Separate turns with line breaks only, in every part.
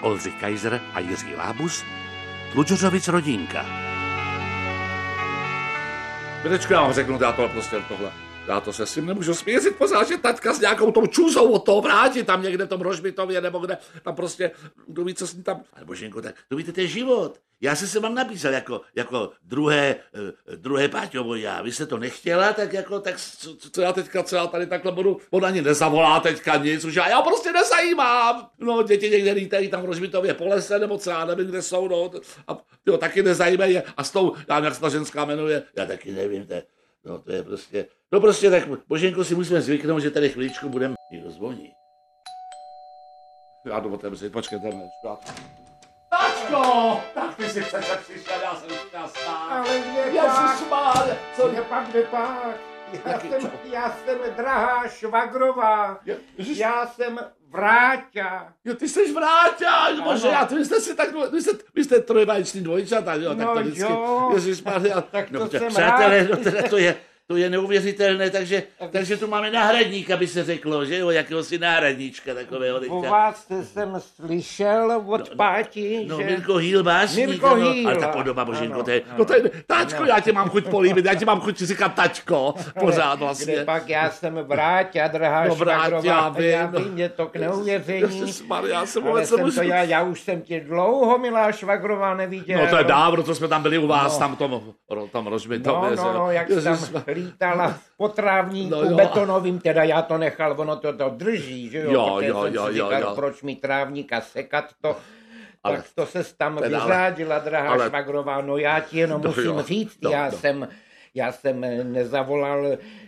Oldřich Kaiser a Jiří Lábus, Tlučořovic rodinka.
Minečku, já vám řeknu, táto, prostě tohle. Já to se s tím nemůžu smířit, pořád, že taťka s nějakou tou čůzou od toho vrátí tam někde v tom Rožbitově, nebo kde, tam prostě, kdo ví, co s ní tam, ale boženko, tak to víte, to je život. Já jsem se vám napísal jako, jako druhé, eh, druhé Páťovo já. Vy jste to nechtěla, tak jako, tak co, co já teďka, co já tady takhle budu, on ani nezavolá teďka nic, už já, já ho prostě nezajímám. No, děti někde lítají tam v Rožbitově po lese, nebo co já nevím, kde jsou, no, a jo, taky nezajímají. je. A s tou, já nevím, jak se ta ženská jmenuje, já taky nevím, to je, no, to je prostě, no prostě tak, Boženko, si musíme zvyknout, že tady chvíličku budeme, někdo zvoní. Já jdu otevřít, počkejte, ne, já- Tačko! Tak ty jsi přece přišel, já jsem šťastná.
Ale kde pak,
Ježiš má, co?
kde pak, kde pak. Já
Jaký
jsem,
čo?
já jsem drahá švagrová,
Je- Ježiš,
já jsem vráťa.
jo, ty jsi vrátil, bože,
Ano.
já, vy jste si tak, vy jste, vy jste trojbáječný dvojčata, jo, tak
No
to vždycky,
jo.
Ježiš Maria.
Tak to
tak
jsem
přátelé,
rád.
no, teda to je, to je neuvěřitelné, takže, takže tu máme náhradníka, by se řeklo, že jo, jakéhosi náhradníčka takového
Po
teďka.
vás jsem slyšel od
no,
páti,
No,
že...
Mirko Hýl básník,
Mirko
ano,
Hýl,
ale ta
a-
podoba, boženko,
ano,
to je,
ano.
no to je, táčko,
Ano.
já tě mám chuť políbit, já tě mám chuť říkat tačko, pořád
Kde
vlastně.
pak já jsem vráťa, drahá
No,
no,
vráťa,
švagrová, a já
vím.
vím, je to k neuvěření.
Ježišmarja, já jsem
Ale
vůbec
jsem
nemůžu.
to já, já už jsem tě dlouho, milá švagrová, neviděl.
No to je dávno, to jsme tam byli u vás,
No.
tam tom, ro- tam rozbitom.
No, no, no, jak jsi tam lítala po trávníku
No jo.
no, betonovým, teda já to nechal, ono to, to drží, že jo?
Jo,
protože
jo,
jsem
jo,
si
jo,
říkal,
jo.
proč mi trávníka sekat to,
Ale-
ale, tak to se tam
teda, ale-
vyřádila, drahá
ale-
ale, švagrová, no já ti jenom
No
musím
jo,
říct,
no,
já
no.
jsem... Já jsem eh, nezavolal,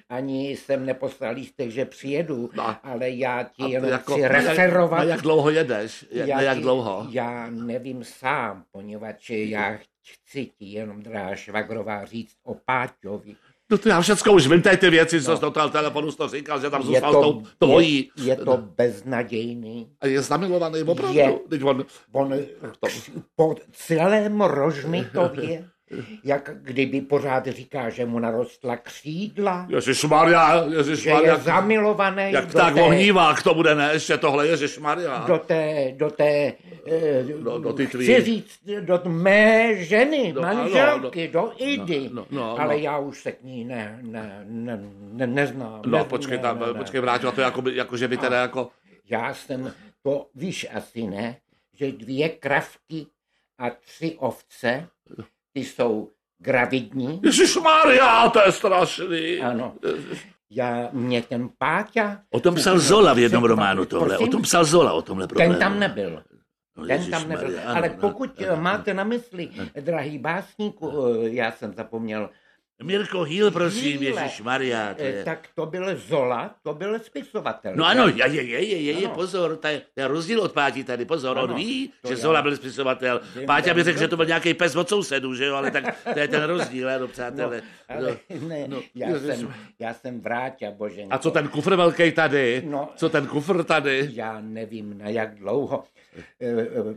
ani jsem neposlal lístek, že přijedu,
No.
ale já ti
A
jenom
jako-
chci
na jak-
referovat.
Na jak dlouho jedeš? Je- Na jak
ti-
dlouho?
Já nevím sám, poněvadž já chci ti jenom, drahá švagrová, říct o Páťovi.
No to já všecko už vím, tady ty věci, co
No.
jsi do toho telefonu jsi to říkal, že tam
Je
zůstal
to-
s tou tvojí.
Je, je to beznadějný.
A je zamilovaný, opravdu.
Je.
Teď on,
On kř- po celém Rožmitově, jak kdyby pořád říká, že mu narostla křídla,
Ježišmarja,
že je
Ježišmarja.
zamilovaný
Jak
do,
tak
té,
ohnívá, k tomu jde ne, ještě tohle, Ježišmarja.
do té, do té, eh,
Do- do ty tvý.
chci říct, do mé ženy,
Do-
do,
ano,
manželky, do Idy,
no, no,
ale
no.
já už se k ní ne, ne, ne, ne, neznám.
No
ne-
počkej
ne-
tam,
ne- ne.
počkej vrátil, a to je jako, by- jako že by teda jako...
Já jsem, to víš asi ne, že dvě kravky a tři ovce, ty jsou gravidní.
Ježišmarja, to je strašný.
Ano. Já, mě ten Páťa,
O tom psal Zola v jednom
Prosím?
románu tohle, o tom psal Zola, o tomhle problému.
ten tam nebyl.
No,
Ten tam nebyl.
Ježišmarja, ano,
Ale
no,
pokud eh,
ano,
máte na mysli, drahý básníku, eh, já jsem zapomněl,
Mirko Hýl, prosím,
Hýle.
Ježíš Maria.
eh, tak to byl Zola, to byl spisovatel.
No ano, je, je, je, je, je
Ano.
pozor, ta, ta rozdíl od Páti tady, pozor, on
Ano,
ví,
to
že
já.
Zola byl spisovatel.
Vím,
Páťa by
ten-
řekl, že to byl nějaký pes od sousedů, že jo, ale tak to je ten rozdíl, ano, přátelé. No.
Ale ne,
no,
já,
Ježiš.
jsem, já jsem vráťa, boženko.
A co ten kufr velký tady?
No.
Co ten kufr tady?
Já nevím, na jak dlouho. Eh, eh,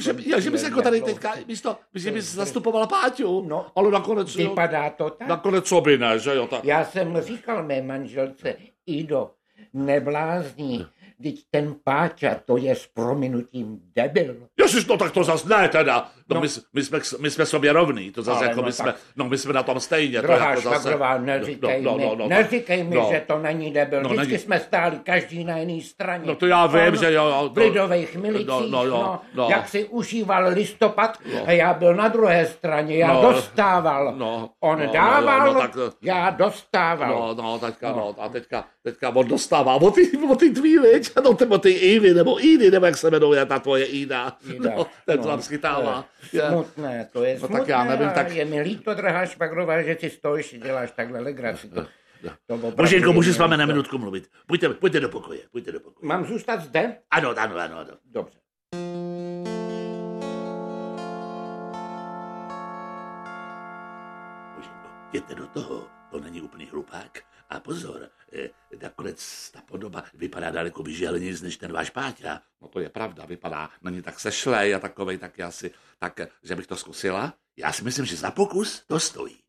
Že, já, že bys jako tady teďka, místo, že bys zastupoval Páťu,
No.
ale nakonec, jo,
Vypadá to tak.
nakonec co by ne, že jo, tak.
Já jsem říkal mé manželce, Ido, neblázni, teď ten páča, to je s prominutím debil.
Ježiš, no tak to zas ne teda. No,
No.
My, s- my, jsme, k s- my jsme sobě rovní, to zase
Ale
jako
no
my
tak.
jsme, no my jsme na tom stejně. to
Drahá
jako zase-
Švagrová, neříkej
no, no,
mi,
no, no,
neříkej mi,
no.
že to není debil.
No,
Vždycky
není.
jsme stáli každý na jiné straně.
No to já vím,
On
že jo, jo,
V
to-
lidových milicích,
no,
no,
no, jo, no.
jak si užíval listopad a já byl na druhé straně, já
No.
dostával.
No,
On
no, no,
dával,
jo, no, tak-
já dostával.
No, no, teďka, no. a teďka, teďka on dostává o ty, o ty tvý, viď? No, ty, o ty Ivy, nebo Idy, nebo jak se jmenuje ta tvoje Ida.
Ida,
No, ten to
no,
tam schytává.
to je Smutné, to je
No
smutné.
tak já nevím,
a
tak-
Je mi líto, drahá Švagrová, že ty stojíš a děláš takhle legraci. To, to opravdu
Boženko,
je
můžu s
mi
vámi na
líto.
minutku mluvit. Pojďte, pojďte do pokoje, pojďte do pokoje.
Mám zůstat zde?
Ano, ano, ano, ano.
Dobře.
Boženko, no, jděte do toho, to není úplný hlupák. A pozor, eh, nakonec ta podoba vypadá daleko vyžehleněji než ten váš Páťa.
No to je pravda, vypadá, není tak sešlej a takovej, tak já si, tak, že bych to zkusila.
Já si myslím, že za pokus to stojí.